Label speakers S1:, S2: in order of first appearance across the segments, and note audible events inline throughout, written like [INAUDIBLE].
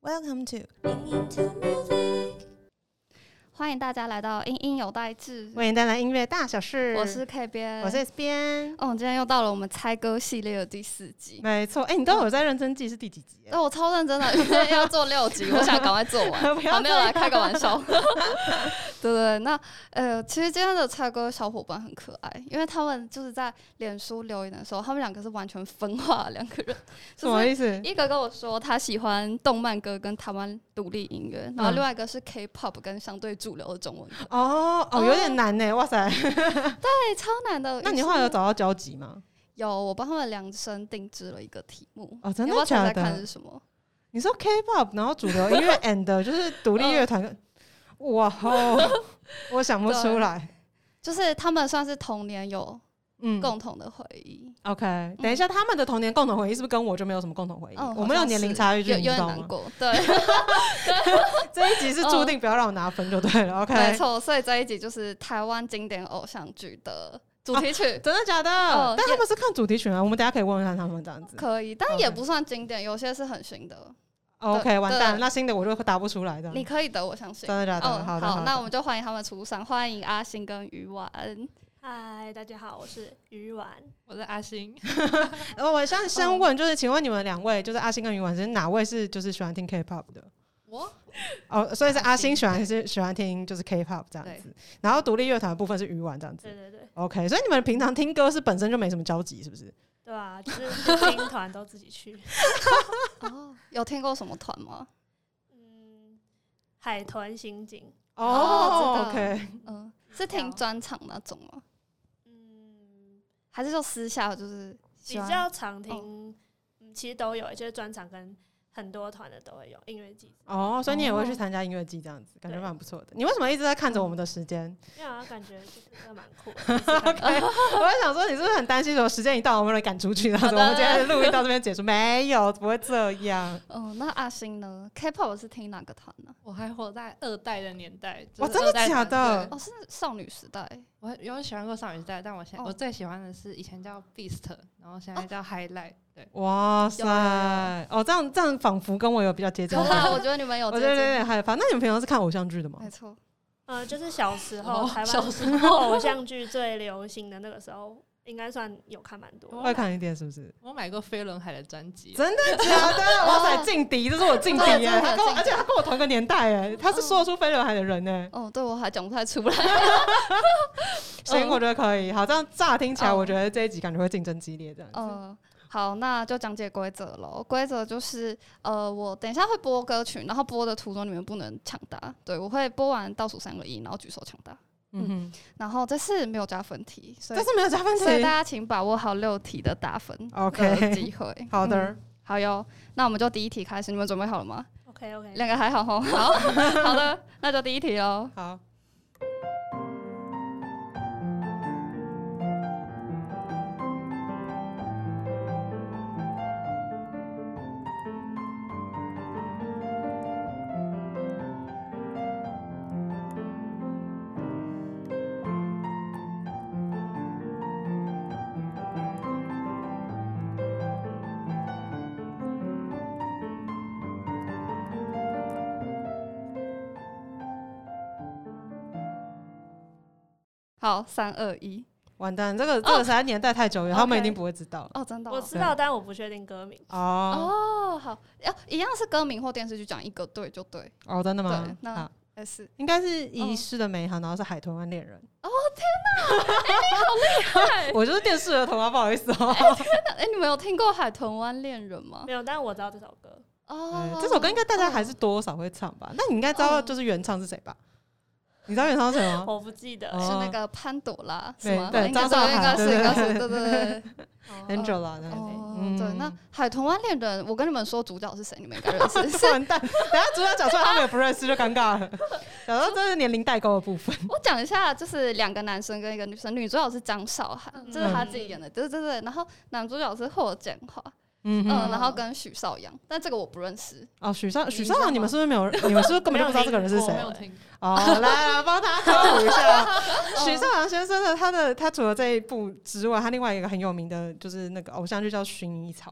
S1: Welcome to
S2: 欢迎大家来到英英有代志，
S1: 为您带来音乐大小事。
S2: 我是 K 编，
S1: 我是 S 边，
S2: 哦，我们今天又到了我们猜歌系列的第四集。
S1: 没错。哎、你
S2: 哦
S1: 都有在认真记是第几集？啊
S2: 那我超认真的， [LAUGHS] 因为要做
S1: [LAUGHS]
S2: 六集，我想赶快做完。
S1: 不
S2: 啊，
S1: 要
S2: 没有来开个
S1: [LAUGHS]
S2: 玩笑。对对对，那呃，其实今天的猜歌小伙伴很可爱，因为他们就是在脸书留言的时候，他们两个是完全分化的两个人，
S1: 什
S2: 就
S1: 么
S2: 是
S1: 意思？
S2: 一个跟我说他喜欢动漫歌跟台湾独立音乐，然后
S1: 嗯
S2: 另外一个是 K-pop 跟相对主流的中文歌，
S1: 哦哦，有点难呢。哇塞，
S2: 对，超难的。
S1: 那你
S2: 哦于是
S1: 后来有找到交集吗？
S2: 有，我帮他们量身定制了一个题目。
S1: 哦真的
S2: 你要不要猜
S1: 假
S2: 猜
S1: 的
S2: 看是什么？
S1: 你说 K-pop，然后主流音
S2: [LAUGHS]
S1: 乐 and 就是独立乐
S2: 哦
S1: 团，哇
S2: [LAUGHS]
S1: 吼，我想不出来。
S2: 就是他们算是童年有
S1: 嗯
S2: 共嗯同的回忆，
S1: ，OK，等一下，他们的童年共同回忆是不是跟我就没有什么共同回忆？
S2: 嗯，
S1: 哎我们有
S2: 好像
S1: 年龄
S2: 是
S1: 差距，
S2: 有
S1: 你
S2: 有
S1: 知
S2: 点
S1: 道
S2: 难
S1: 吗？
S2: 过，
S1: [LAUGHS]
S2: 对，
S1: 这一集是注定不要让我拿分就对了。OK，
S2: 没错，所以这一集就是台湾经典偶像剧的主题曲，
S1: 真的假的？
S2: 哦
S1: 但他
S2: 也
S1: 们是看主题曲啊，我们等一下可以问问看他们这样子。
S2: 可以，但也
S1: OK
S2: 不算经典，有些是很新的，
S1: OK，完蛋了，
S2: 对
S1: 那新的我就答不出来的。
S2: 你可以的，我相信
S1: 真。的假的？
S2: 哦，
S1: 好的，
S2: 好，
S1: 的
S2: 那我们就欢迎他们出场，欢迎阿星跟于婉。
S3: 嗨，大家好，我是鱼丸。
S4: 我是阿星，
S1: 呃我想
S2: 嗯
S1: 先问，就是请问你们两位，就是阿星跟于婉之哪位是就是喜欢听 K-pop 的？
S4: 我
S1: 哦，所以是阿
S4: 阿星
S1: 星喜欢是喜欢听就是 K-pop 这样子，然后独立乐团的部分是于婉这样子
S3: 对。对对，
S1: OK，所以你们平常听歌是本身就没什么交集，是不是？
S3: 对啊，就是就听团都自己去。
S2: 哦，有听过什么团吗？
S3: 嗯，海豚刑警。
S2: 哦知道
S1: OK，
S2: 嗯，是听专场那种吗？
S3: 嗯，
S2: 还是就私下就是
S3: 比
S2: 喜欢
S3: 较常听，嗯，其实都有，就是专场跟很多团的都会有音乐季。
S1: 哦，所以你也会去
S2: 哦
S1: 参加音乐季这样子，感觉
S3: 对
S1: 蛮不错的。你为什么一直在看着我们的时间？
S3: 因为好像啊感觉就是蛮酷的。一直
S1: [LAUGHS]
S3: 看
S1: 我在想说，你是不是很担心，说时间一到，我们被赶出去，然后
S2: 好
S1: 我
S2: 的
S1: 们今天的录音到这边结束？没有，不会这样。
S2: 哦，那阿星呢？K-pop 是听哪个团呢、
S4: [LAUGHS] 我还活在二代的年代，
S1: 哇
S4: 就是
S1: 真的
S4: 二代
S1: 假
S4: 团
S1: 的
S4: 对
S2: 哦，是少女时代。
S4: 我有喜欢过少女时代，但我现在、
S2: 哦
S4: 我最喜欢的是以前叫 Beast，然后现在叫 Highlight，、对，
S1: 哇塞
S2: 有有！
S1: 哦，这样这样仿佛跟我有比较接近
S2: [LAUGHS] 有
S1: 的感
S2: 啦，
S1: 觉。
S2: 我觉得你们有
S1: [LAUGHS] 我
S2: 接
S1: 觉得有点
S2: 近，
S1: 害怕。那你们平常是看偶像剧的吗？
S2: 没错。
S3: 呃，就是小时候
S4: 哦
S3: 台
S4: 小
S3: 湾时候偶像剧最流行的那个时候，应该算有看蛮多。
S1: 会哦看一点是不是？
S4: 我买过飞轮海的专辑，啊
S1: 真的假的？哇塞，劲敌，这是我劲敌
S2: 对
S1: 耶！
S2: 真的
S1: 他跟我，
S2: 劲敌
S1: 而且他跟我同一个年代哎，他是说得出飞轮海的人哎，
S2: 哦，对，我还讲不太出
S1: [LAUGHS]
S2: 来。
S1: 行，我觉得可以。好，这样乍听起来，
S2: 哦
S1: 我觉得这一集感觉会竞争激烈这样子。
S2: 嗯，好，那就讲解规则喽。规则就是，呃，我等一下会播歌曲，然后播的途中你们不能抢答。对，我会播完倒数三个一，然后举手抢答。
S1: 嗯哼，
S2: 然后这次没有加分题，所以
S1: 这是没有加分
S2: 所以大
S1: 题。
S2: 家请把握好六题的打分
S1: OK
S2: 的机会。
S1: 好的
S2: 嗯，好哟。那我们就第一题开始，你们准备好了吗？
S3: OK OK，
S2: 两个还好吼，好好的，那就第一题喽。
S1: 好。
S2: 好，三二一，
S1: 完蛋，这个这个实在年代太久远，他们
S2: 哦 OK
S1: 一定不会知道。
S2: 哦，真的哦、
S3: 我知道，但我不确定歌名。
S1: 哦
S2: 哦，好，要一样是歌名或电视剧，讲一个对就对。
S1: 哦，真的吗
S2: 对？那
S1: 好，
S2: 哎是，哦
S1: 应该是遗
S2: 嗯
S1: 失的美好，然后是海豚湾恋人。
S2: 哎、
S1: [LAUGHS] 我就是电视儿童啊，不好意思哦。
S2: 你们有听过《海豚湾恋人》吗
S3: 没？有，但我知道这首歌。
S2: 哦哦
S1: 哎，这首歌应该大家还
S2: 是
S1: 是多少会唱吧？那你应该知道就是原唱是谁吧？你知道原唱是谁吗？
S3: 我不记得。
S1: 哦
S2: 是那个潘朵拉是
S1: 对
S2: 吗？
S1: 对
S2: 应该
S1: 张
S2: 是
S1: 韶
S2: 应该
S1: 涵
S2: 是
S1: 对
S2: 应该是
S1: [LAUGHS] 对
S2: 对对对。
S1: 哎
S3: 哦
S1: Angela 那个
S2: 哦，
S1: 嗯
S2: 对，那《海豚湾恋人》，我跟你们说主角是谁，你们应该认识， [LAUGHS] 是
S1: 完蛋！等一下主角讲出来，他们也不认识，就尴
S2: [LAUGHS]
S1: 尬了。讲到这是年龄代沟的部分，
S2: 我讲一下，就是两个男生跟一个女生，女主角是张韶涵，
S1: 嗯
S2: 这、是她自己演的，对对对。然后男主角是霍建华，
S1: 嗯
S2: 嗯、
S1: 哼，
S2: 然后跟许绍洋，但这个我不认识。
S1: 哦，许绍
S2: 你
S1: 许
S2: 知
S1: 绍
S2: 道
S1: 洋，你们
S2: 吗
S1: 是不是没有？你们是不是根本就不知道这个人是
S4: 我
S1: 谁
S4: 没？有听，
S1: 哦，来来，帮他科普一下。许绍洋先生呢，他的他除了这一部之外，他另外一个很有名的就是那个偶像剧叫《薰衣草》，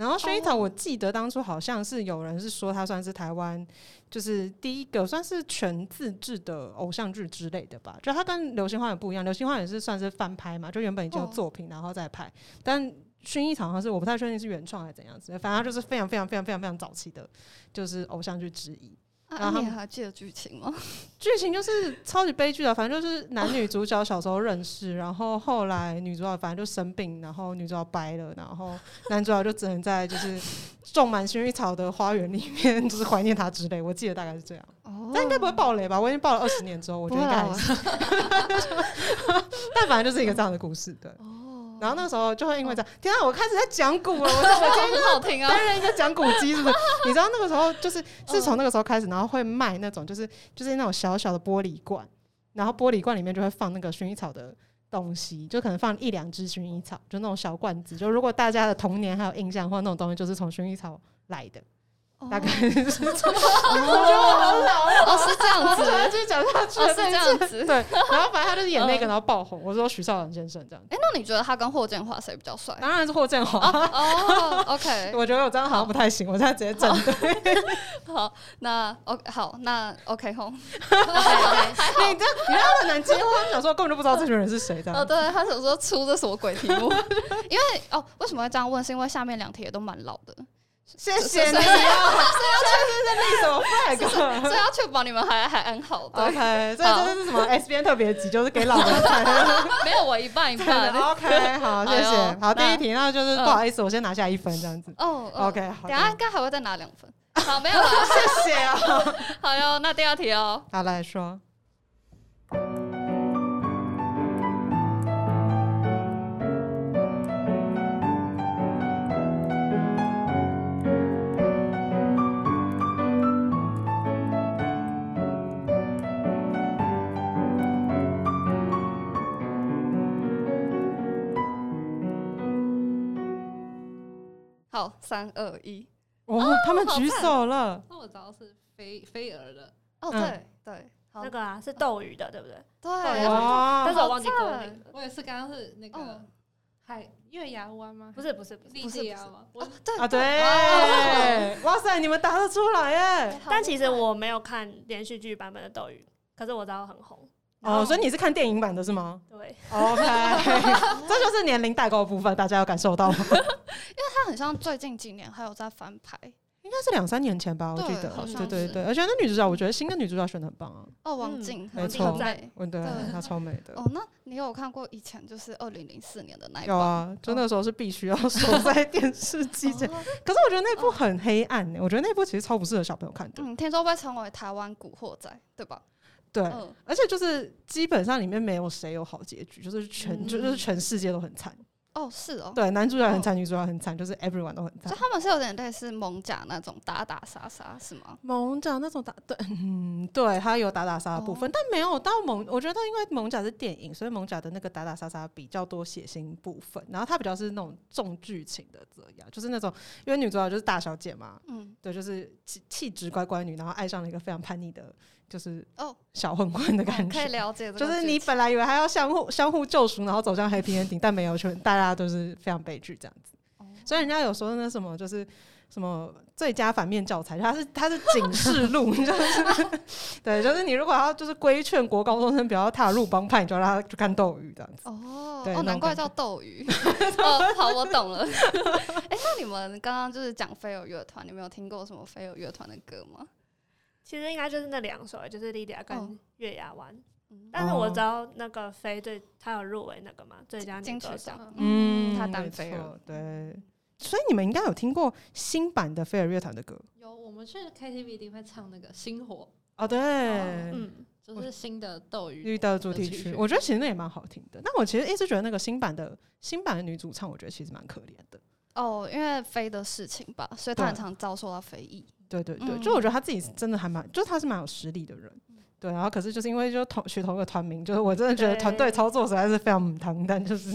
S1: 然后 Shinto，我记得当初好像是有人是说他算是台湾就是第一个算是全自制的偶像剧之类的吧，就它跟《流星花园》不一样，《流星花园》是算是翻拍嘛，就原本已经有
S2: 哦
S1: 作品然后再拍，但《薰衣草》好像是我不太确定是原创还是怎样子，反正它就是非常非常非常非常非常早期的，就是偶像剧之一。然
S2: 啊，
S1: 后
S2: 你
S1: 他们
S2: 还记得剧情吗？
S1: 剧情就是超级悲剧啊的，反正就是男女主角小时候认识，然后后来女主角反正就生病，然后女主角掰了，然后男主角就只能在就是种满薰衣草的花园里面， [LAUGHS] 就是怀念她之类。我记得大概是这样，
S2: 哦，
S1: 但应该不会爆雷吧？我已经爆了二十年之后，我觉得应该还是，但反正就是一个这样的故事，对。
S2: 哦，
S1: 然后那时候就会因为这样，天啊，我开始在讲古了，我在
S2: 那很好听啊，
S1: [LAUGHS] 担任一个讲古机，是不是？你知道那个时候
S2: 嗯
S1: 就是是从那个时候开始，然后会卖那种就是就是那种小小的玻璃罐，然后玻璃罐里面就会放那个薰衣草的东西，就可能放一两只薰衣草，就那种小罐子。就如果大家的童年还有印象的话，那种东西就是从薰衣草来的，大概是这样。
S2: [LAUGHS] 哦，是这样子，
S1: 继续讲下去
S2: 哦
S1: 了，
S2: 是这样子。
S1: [LAUGHS]
S2: [LAUGHS] 嗯
S1: 对，然后反正他就是演那个，然后爆红。我说徐少阳先生这样，
S2: 哎，那你觉得他跟霍建华谁比较帅？
S1: 当然是霍建华。
S2: 哎哦，OK，
S1: [LAUGHS] 我觉得我这样好像不太行，我现在直接整对。
S2: 好，那 OK，好，那 OK 吼， [LAUGHS]
S1: 你这样你让他很难接话，他们想说根本就不知道这群人是谁这样
S2: 哦，。对他想说出这什么鬼题目？ [LAUGHS] 因为哦，为什么会这样问？是因为下面两题也都蛮老的， [LAUGHS]
S1: 谢谢
S2: 是
S1: 你
S2: 是
S1: 啊！
S2: 是
S1: [LAUGHS] 这是在立什么 flag？
S2: 所以要确保你们还还安好。对，
S1: [LAUGHS] OK，所以
S2: 好
S1: 这就是什么 SBN 特别集，就是给老人看 [LAUGHS] 的。
S2: 没有我一半一半。
S1: OK，好，谢
S2: 哎
S1: 谢
S2: 呦。
S1: 好，第
S2: 那
S1: 一题，那呃就是
S2: 嗯
S1: 不好意思，我先拿下一分这样子。
S2: 哦哦
S1: OK，好
S2: 等一下应
S1: 的，
S2: 该还会再拿两
S1: [LAUGHS]
S2: 分。好，没有了。
S1: 谢谢啊。
S2: [LAUGHS] 好哟，那第二题哦。
S1: [LAUGHS] 好，来说，
S2: 好，三二一。
S1: 哦，他们
S2: 好
S1: 举
S2: 赞
S1: 手了。
S4: 那我知道是飞飞蛾的，
S2: 哦，
S1: 嗯
S2: 对对，好
S3: 那，个啊是斗鱼的，对不对？
S1: 哎
S2: 对，
S3: 但
S1: 哇，
S3: 是我忘记歌名了。
S4: 我也是刚刚是那
S2: 哦
S4: 个海月牙湾吗？
S3: 不是不是不是
S4: 不是牙吗？
S2: 哦对
S1: 啊，
S2: 哦
S1: 对，哇塞，你们答得出来耶！
S3: 但其实我没有看连续剧版本的斗鱼，可是我知道很红。
S1: 哦，所以你是看电影版的是 [LAUGHS] 吗哦
S3: 对，
S1: ？OK，这 [LAUGHS] 就是年龄代沟的部分，大家有感受到吗？
S2: 它很像最近几年还有在翻拍。
S1: 应该是两三年前吧，我记
S2: 对
S1: 得
S2: 好。
S1: 对
S2: 像
S1: 对
S2: 是
S1: 对，而且那女主角，我觉得新的女主角选的很棒啊。
S2: 哦，王
S3: 嗯
S2: 静，
S1: 没
S2: 王静
S1: 错
S2: 很美。
S1: 嗯，对
S2: 对，
S1: 她超美的。
S2: 哦，那你有看过以前就是二零零四年的那一
S1: 有
S2: 版？
S1: 啊，就那时候是必须要守
S2: [LAUGHS]
S1: 在电视机前。
S2: 嗯哦
S1: 可是我觉得那部很黑暗欸呢、我觉得那部其实超不适合小朋友看的。
S2: 嗯，听说被称为台湾古惑仔，对吧？
S1: 对，
S2: 嗯，
S1: 而且就是基本上里面没有谁有好结局，就是全、
S3: 嗯
S1: 就是全世界都很惨。
S2: 哦，是哦。
S1: 对，男主角很惨，女主角很惨，就是 everyone 都很
S2: 所
S1: 惨
S2: 以。他们是有点类似蒙甲那种打打杀杀，是吗？
S1: 猛甲那种打对， [LAUGHS] 嗯，对，他有打打杀的部分，
S2: 哦
S1: 但没有到猛。我觉得因为猛甲是电影，所以猛甲的那个打打杀杀比较多血腥部分，然后它比较是那种重剧情的这样，就是那种因为女主角就是大小姐嘛，
S2: 嗯，
S1: 对，就是气气质乖乖女，然后爱上了一个非常叛逆的，就是
S2: 哦，
S1: 小混混的感
S2: 嗯可以
S1: 觉。
S2: 了解这个剧
S1: 就
S2: 情。
S1: 是你本来以为还要相互相互救赎，然后走向 happy ending，但没有，全大家都是非常悲剧这样子。
S2: 哦
S1: 所以人家有说那什么，就是什么最佳反面教材，它是它是警示录， [LAUGHS] 就是对，就是你如果要就是规劝国高中生不要踏入帮派，你就让他去看斗鱼这样子。
S2: 哦
S1: 对
S2: 哦，
S1: 那
S2: 难
S1: 种
S2: 怪
S1: 感
S2: 叫
S1: [LAUGHS]
S2: 斗鱼。哦，好，我懂了。 [LAUGHS] 哎、那你们刚刚就是讲飞儿乐团，你们有听过什么飞儿乐团的歌吗？
S3: [LAUGHS] 其实应该就是那两首，就是《莉迪亚》跟
S2: 哦
S3: 《月牙湾》
S2: 嗯
S3: 但是我知道那个飞对，她有入围那个嘛最佳
S2: 金
S3: 女
S2: 曲
S3: 歌手。
S2: 奖，
S1: 嗯，
S2: 他单
S1: 没
S2: 飞了
S1: 错。对，所以你们应该有听过新版的飞儿乐团的歌
S4: 有，我们去 KTV 一定会唱那个《星火
S1: 哦，对，
S4: 哦
S3: [LAUGHS] 嗯，》，
S4: 就是新的斗鱼
S1: 遇到主
S2: 呃
S1: 题
S4: 主
S1: 曲
S4: 题，曲
S1: 我觉得其实那也蛮好听的。但我其实一直觉得那个新版的新版的女主唱，我觉得其实蛮可怜的。
S2: 哦，因为飞的事情吧，所以他
S1: 对
S2: 很常遭受到非议。
S1: 对对对，
S2: 嗯
S1: 就我觉得她自己是真的还蛮，就是她是蛮有实力的人。对，然后可是就是因为就同取同一个团名，就是我真的觉得
S3: 对
S1: 团队操作实在是非常母汤，但就是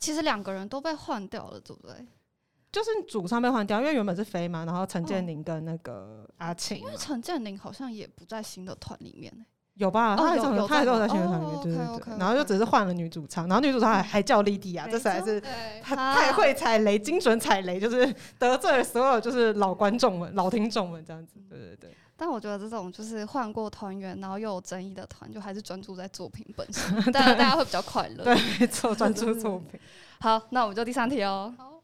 S2: 其实两个人都被换掉了，对不
S1: 啊
S2: 对？
S1: 就是主唱被换掉，因为原本是飞
S2: 嗯
S1: 嘛，然后陈建宁跟那个阿庆
S2: 因
S1: 嘛，
S2: 为陈建宁好像也不在新的团里面、欸
S1: 有吧？
S2: 哦
S1: 他还
S2: 有
S1: 是
S2: 有
S1: 他还是
S2: 在
S1: 有在
S2: 吗
S1: 宣传团里
S2: 哦
S1: 面，对对对。
S2: ，OK，OK，OK 嗯
S1: 然后就只是换了女主唱，然后女主唱还还叫莉迪亚，
S3: 没
S1: 这实在
S3: 错
S1: 是
S2: 对，
S1: 他
S2: 啊
S1: 太会踩雷，精准踩雷，就是得罪了所有就是老观众们、老听众们这样子。对对对，
S2: 但我觉得这种就是换过团员，然后又有争议的团，就还是专注在作品本身，
S1: [LAUGHS]
S2: 大家大家会比较快乐。
S1: 对，没错，专注作品。
S2: 好，那我们就第三题哦。
S4: 好，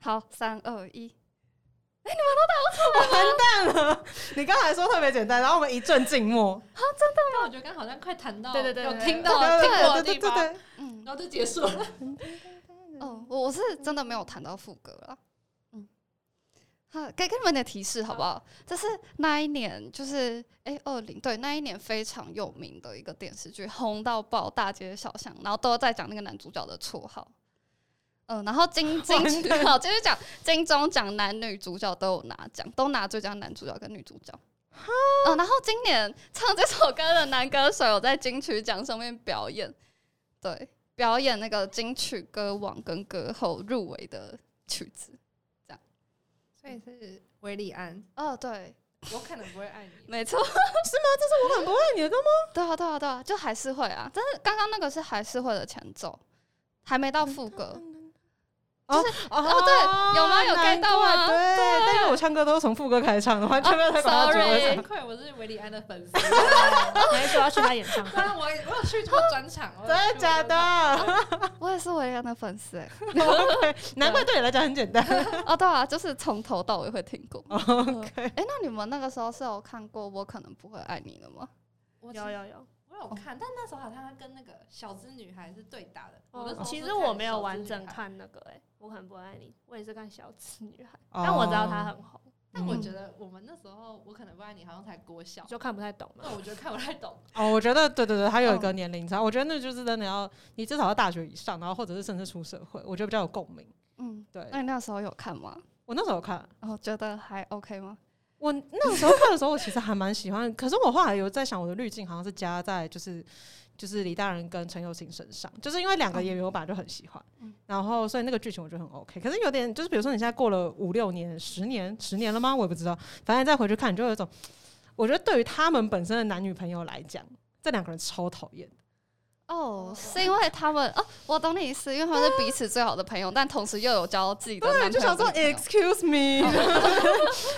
S2: 好，三二一，
S1: 完蛋了！你刚才说特别简单，然后我们一阵静默。
S4: 但我觉得刚好像快谈到，
S3: 对对对
S4: 有
S3: 对
S4: 听
S1: 对
S4: 到听过的
S1: 对
S4: 哦地
S1: 对对
S4: 方，
S1: 对，
S2: 嗯，
S4: 然后就结束了。
S2: 哦，我我是真的没有谈到副歌了。嗯，好，给给你们点提示好不好？这是那一年，就是哎二零对那一年非常有名的一个电视剧，红到爆，大街小巷，然后都在讲那个男主角的绰号。嗯，然后 [LAUGHS] 金金曲好，就是讲金钟奖男女主角都有拿奖，都拿最佳男主角跟女主角。嗯，然后今年唱这首歌的男歌手有在金曲奖上面表演，对，表演那个金曲歌王跟歌后入围的曲子。
S4: 所以是维利安，
S2: 哦，对，
S4: 我可能不会爱
S2: [LAUGHS]
S4: 你。
S2: 没错，
S1: 我很不爱你的歌吗？
S2: 对啊，对啊，对啊，就还是会啊。但是刚刚那个是还是会的前奏，还没到副歌。
S1: 嗯哦
S2: 哦对有吗有 get 到吗
S1: 难怪对，但是我唱歌都是从副歌开始唱的，完全没有在管他主歌
S2: sorry
S1: 唱
S4: 惭。愧，我是维利安的粉 [LAUGHS] 丝。
S3: 没说要去他演唱会
S4: 当，啊然，我也我有去过专场，哦我有
S1: 真的
S4: 去过
S1: 假
S4: 专场？
S1: 的？ [LAUGHS]
S2: 我也是维安的粉丝哎、
S1: 难怪对你来讲很简单。
S2: 哦，对啊，就是从头到尾会听 [LAUGHS] 过。
S1: OK，
S2: 哎、那你们那个时候是有看过《我可能不会爱你》的吗？
S3: [LAUGHS]
S4: 我
S3: 有
S4: 有
S3: 有有。
S4: 我有看，但那时候好像他跟那个小资女孩是对打的。我那时候
S3: 哦其
S4: 是
S3: 实
S4: 看
S3: 我没
S4: 小
S3: 有
S4: 资
S3: 完
S4: 女
S3: 整
S4: 孩，
S3: 看那个、欸，我很不爱你，我也是看小资女孩，
S1: 哦
S3: 但我知道她很红，
S4: 但我觉
S1: 得，
S4: 得我们那时候我可能不爱你，好像才国小，
S3: 就看不太懂嘛。
S4: 那我觉得看不太懂。
S1: 哦，我觉得对对对，他有一个年龄差，我觉得那就是真的要你至少要大学以上，然后或者是甚至出社会，我觉得比较有共鸣。
S2: 嗯，
S1: 对
S2: 那你那时候有看吗？
S1: 我那时候看，
S2: 哦，觉得还 OK 吗？
S1: 我那个时候看的时候，我其实还蛮喜欢。可是我后来有在想，我的滤镜好像是加在就是就是李大人跟陈友琴身上，就是因为两个演员我本来就很喜欢，
S2: 嗯
S1: 然后所以那个剧情我觉得很 OK。可是有点就是，比如说你现在过了五六年、十年、十年了吗？我也不知道，反正再回去看，你就有一种，我觉得对于他们本身的男女朋友来讲，这两个人超讨厌。
S2: 哦，是因为他们哦，我懂你意思，因为他们是彼此最好的朋友，但同时又有交自己的哦
S1: 对，
S2: 男
S1: 就
S2: 朋
S1: 想
S2: 友
S1: 说
S2: 跟女朋友。
S1: Excuse
S2: [LAUGHS]
S1: me，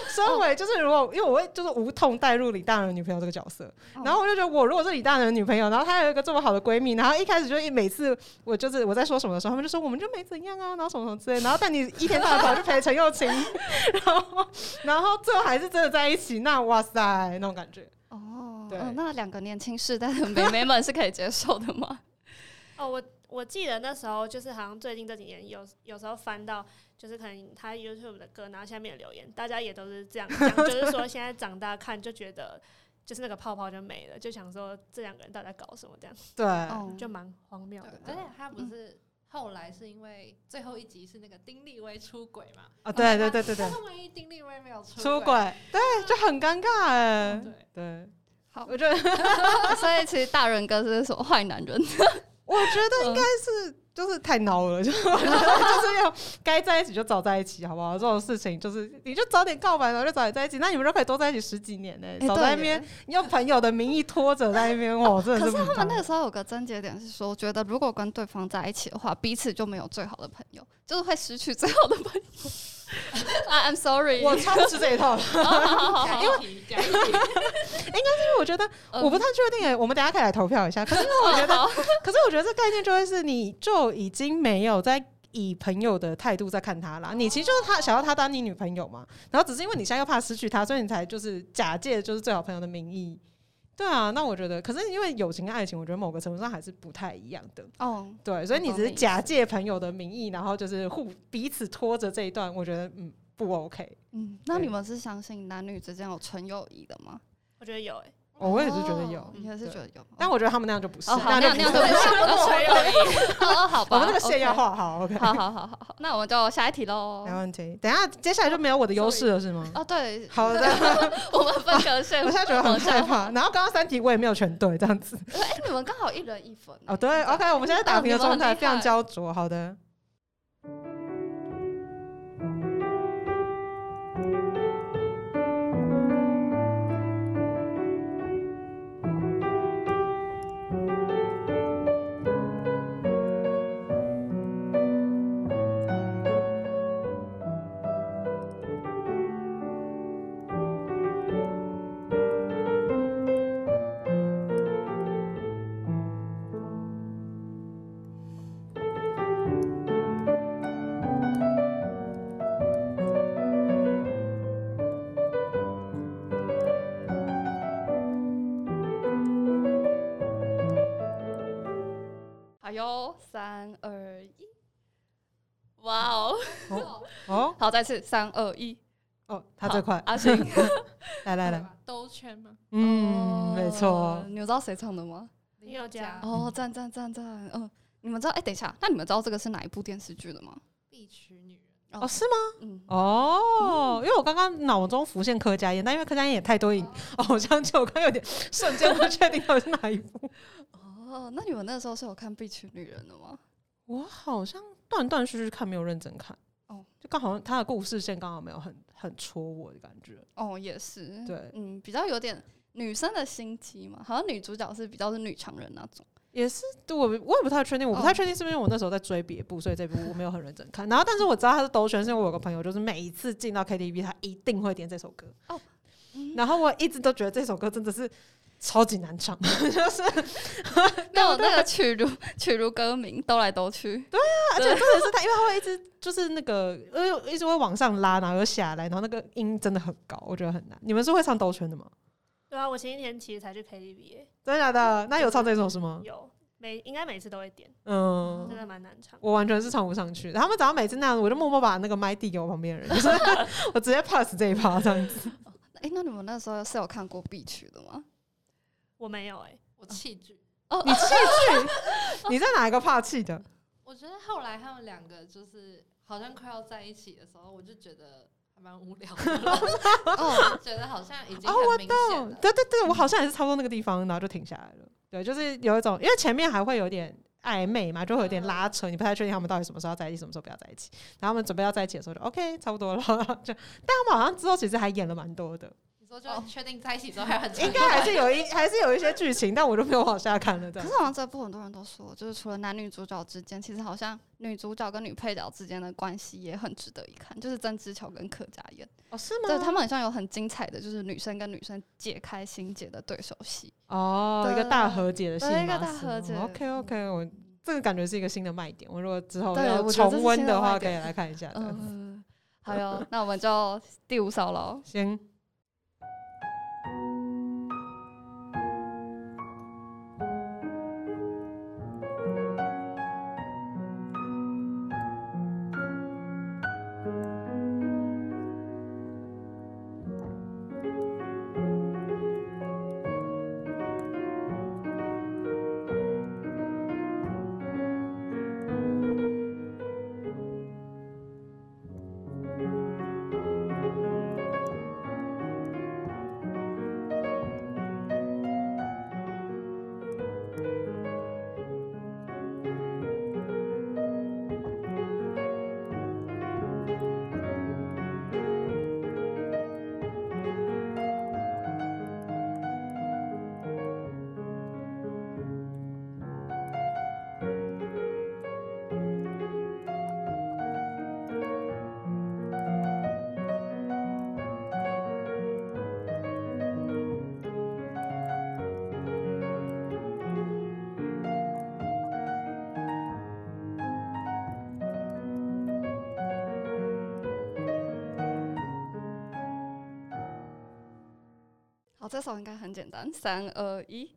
S1: 身为就是如果因为我会就是无痛带入李大人的女朋友这个角色，
S2: 哦
S1: 然后我就觉得我如果是李大人的女朋友，然后她有一个这么好的闺蜜，然后一开始就一每次我就是我在说什么的时候，他们就说我们就没怎样啊，然后什么什么之类的，然后但你一天到晚跑去陪陈又青，然后然后最后还是真的在一起，那哇塞那种感觉，
S2: 哦，
S1: 对
S2: 哦那两个年轻世代
S1: [LAUGHS]
S2: 的妹妹们是可以接受的吗？
S3: 哦，我我记得那时候就是好像最近这几年有有时候翻到，就是可能他 YouTube 的歌，然后下面留言，大家也都是这
S2: [LAUGHS]
S3: 样讲，就是说现在长大看就觉得。就是那个泡泡就没了，就想说这两个人到底在搞什么，这样
S1: 对，
S2: 哦，
S3: 就蛮荒谬的
S4: 对，。而
S2: 啊
S4: 且他不是后来是因为最后一集是那个丁立威出轨嘛？
S1: 啊对对对对对
S4: 但，是
S2: 哦
S4: 万一丁立威没有
S1: 出
S4: 轨，
S1: 轨，对，就很尴尬哎、
S2: 哦
S1: [LAUGHS]
S4: 对，
S1: 对，
S2: 好
S1: 我觉得。
S2: 所以其实大人哥是什么坏男人？
S1: 我觉得
S2: 嗯
S1: 应该是就是太孬了，就是 [LAUGHS] 我觉得就是要该在一起就早在一起，好不好？这种事情就是你就早点告白，然后就早点在一起，那你们就可以多在一起十几年呢、[LAUGHS]
S2: 哎
S1: 少
S2: 对
S1: 在那边
S2: 耶
S1: 你用朋友的名义拖着在那边，我真的
S2: 可
S1: 是
S2: 是他
S1: 不
S2: 们那
S1: 懂
S2: 个时候有个症结点是说，我觉得如果跟对方在一起的话，彼此就没有最好的朋友，就是会失去最好的朋
S1: [LAUGHS]
S2: 友。啊，I'm sorry，
S1: 我超不吃这一套，因
S4: 假一题，假一题，
S1: 为我觉得
S2: 嗯
S1: 我不太确定、欸，我们等一下可以来投票一下。可是因为我觉得，
S2: [LAUGHS] 好
S1: [LAUGHS] 可是我觉得这概念就会是，你就已经没有在以朋友的态度在看他
S2: 哦
S1: 啦。你其实就是他想要他当你女朋友嘛，然后只是因为你现在又怕失去他，所以你才就是假借就是最好朋友的名义，对啊，那我觉得，可是因为友情跟爱情，我觉得某个程度上还是不太一样的。
S2: 哦，
S1: 对，所以
S2: 我
S1: 你
S2: 懂
S1: 只是
S2: 你意
S1: 假
S2: 思
S1: 借朋友的名义，然后就是互彼此拖着这一段，我觉得嗯不 OK。
S2: 嗯，那
S1: 对
S2: 你们是相信男女之间有纯友谊的吗？
S3: 我觉得有哎、
S1: 哦我也是觉得有
S2: 哦
S1: 嗯
S2: 你也是
S1: 对
S2: 觉得有，
S1: 但我觉得他们那样就不是，
S2: [LAUGHS] 哦好，那
S1: 就
S2: 样那样
S1: 不
S2: 对
S1: 是
S2: 不起，我都纯
S3: 欸
S2: 友谊，哦好吧，
S1: 我们那个线要
S2: OK。
S1: 画好，OK，
S2: 好好好好好，那我们就下一题喽
S1: 没。问题。等一下接下来就没有我的优势了，是吗？
S2: 哦，对，
S1: 好 [LAUGHS] 的，
S2: [LAUGHS] 我们分隔线，
S1: 我现在觉得很
S2: 往下
S1: 害怕。然后刚刚三题我也没有全对，这样子。
S2: 哎、你们刚好一人一分、
S1: 哦，对，OK，我们现在打平的状态非常焦灼。好的，
S2: 好哟，三二一，哇
S4: [LAUGHS]
S2: 哦！
S1: 哦哦
S2: 好，再次三二一，
S1: 哦，他最快
S2: 好，阿信，
S1: 来来来，
S4: 吧兜圈吗？
S1: [LAUGHS] 嗯，没错嗯
S2: 哦。你们知道谁唱的吗？
S3: 林宥嘉
S2: 哦，赞赞赞赞，嗯，你们知道？哎、等一下，那你们知道这个是哪一部电视剧的吗？
S4: 必娶女人，
S1: 哦，是吗？
S2: 嗯，
S1: 哦，因为我刚刚脑中浮现柯佳嬿，但因为柯佳嬿也太多 [LAUGHS] 影偶像剧，我刚刚有点瞬间不确定到底是哪一部。
S2: 哦，那你们那时候是有看《必娶女人》的吗？
S1: [LAUGHS] 我好像断断续续看，没有认真看。
S2: 哦
S1: 就刚好他的故事线刚好没有很很戳我的感觉。
S2: 哦，也是，
S1: 对
S2: 嗯，比较有点女生的心机嘛，好像女主角是比较是女强人那
S1: [LAUGHS]
S2: 种。
S1: 也是，对我我也不太确定，我不太
S2: 哦
S1: 确定是不是因为我那时候在追别部，所以这部我没有很认真看。然后，但是我知道他是兜圈，是因为我有个朋友，就是每一次进到 KTV，他一定会点这首歌。
S2: 哦嗯
S1: 然后我一直都觉得这首歌真的是超级难
S2: [LAUGHS]
S1: 唱，就是
S2: 没有那个曲如 [LAUGHS] 曲如歌名，兜来兜去。
S1: 而且真的是他，因为他会一直就是那个，呃，一直会往上拉，然后又下来，然后那个音真的很高，我觉得很难。你们是会唱兜圈的吗？
S3: 对啊，我前一天其实才去 KTV，、欸、
S1: 真的假
S2: 嗯
S1: 的？那有唱这首是吗？
S3: 有每应该每次都会点，
S1: 嗯
S3: 真，的蛮难唱。
S1: 我完全是唱不上去的。他们只要每次那样，我就默默把那个麦递给我旁边的人，就是 [LAUGHS] 我直接 pass 这一趴这样子。
S2: 哎、那你们那时候是有看过《必娶》的吗？
S3: 我没有哎、
S4: 我弃剧。
S1: [LAUGHS] 你弃剧？你在哪一个怕气的？
S4: 我觉得后来他们两个就是好像快要在一起的时候，我就觉得还蛮无聊 [LAUGHS] 的，
S2: 哦，
S4: 觉得好像已经
S1: 哦我
S4: 很明显了。
S1: 对对对，我好像也是差不多那个地方，然后就停下来了。对，就是有一种，因为前面还会有点暧昧嘛，就会有点拉扯，你不太确定他们到底什么时候要在一起，什么时候不要在一起。然后他们准备要在一起的时候就
S2: [LAUGHS]
S1: OK，差不多了，然后就。但他们好像之后其实还演了蛮多的，
S4: 你说就确定在一起之后哦还很
S1: 应该还是有一还是有一些剧情，但我就没有往下看了。这
S2: 可
S1: 样
S2: 是好像这部很多人都说，就是除了男女主角之间，其实好像女主角跟女配角之间的关系也很值得一看，就是曾之乔跟柯佳嬿，
S1: 哦，是吗？
S2: 对他们好像有很精彩的，就是女生跟女生解开心结的对手戏。
S1: 哦，一
S2: 对
S1: 个大和解的戏
S2: 对一个
S1: 码
S2: 大
S1: 是
S2: 和
S1: 吗
S2: 解
S1: OK OK，我这个感觉是一个新的卖点。我如果之后
S2: 对
S1: 要
S2: 我觉
S1: 重
S2: 得这是
S1: 温
S2: 新
S1: 的
S2: 的
S1: 话，
S2: 卖
S1: 可以
S2: 点
S1: 来看一下的。
S2: 嗯、好哟，那我们就第五首喽。
S1: 先
S4: 哦，
S2: 好，这首应该很简单，三二一。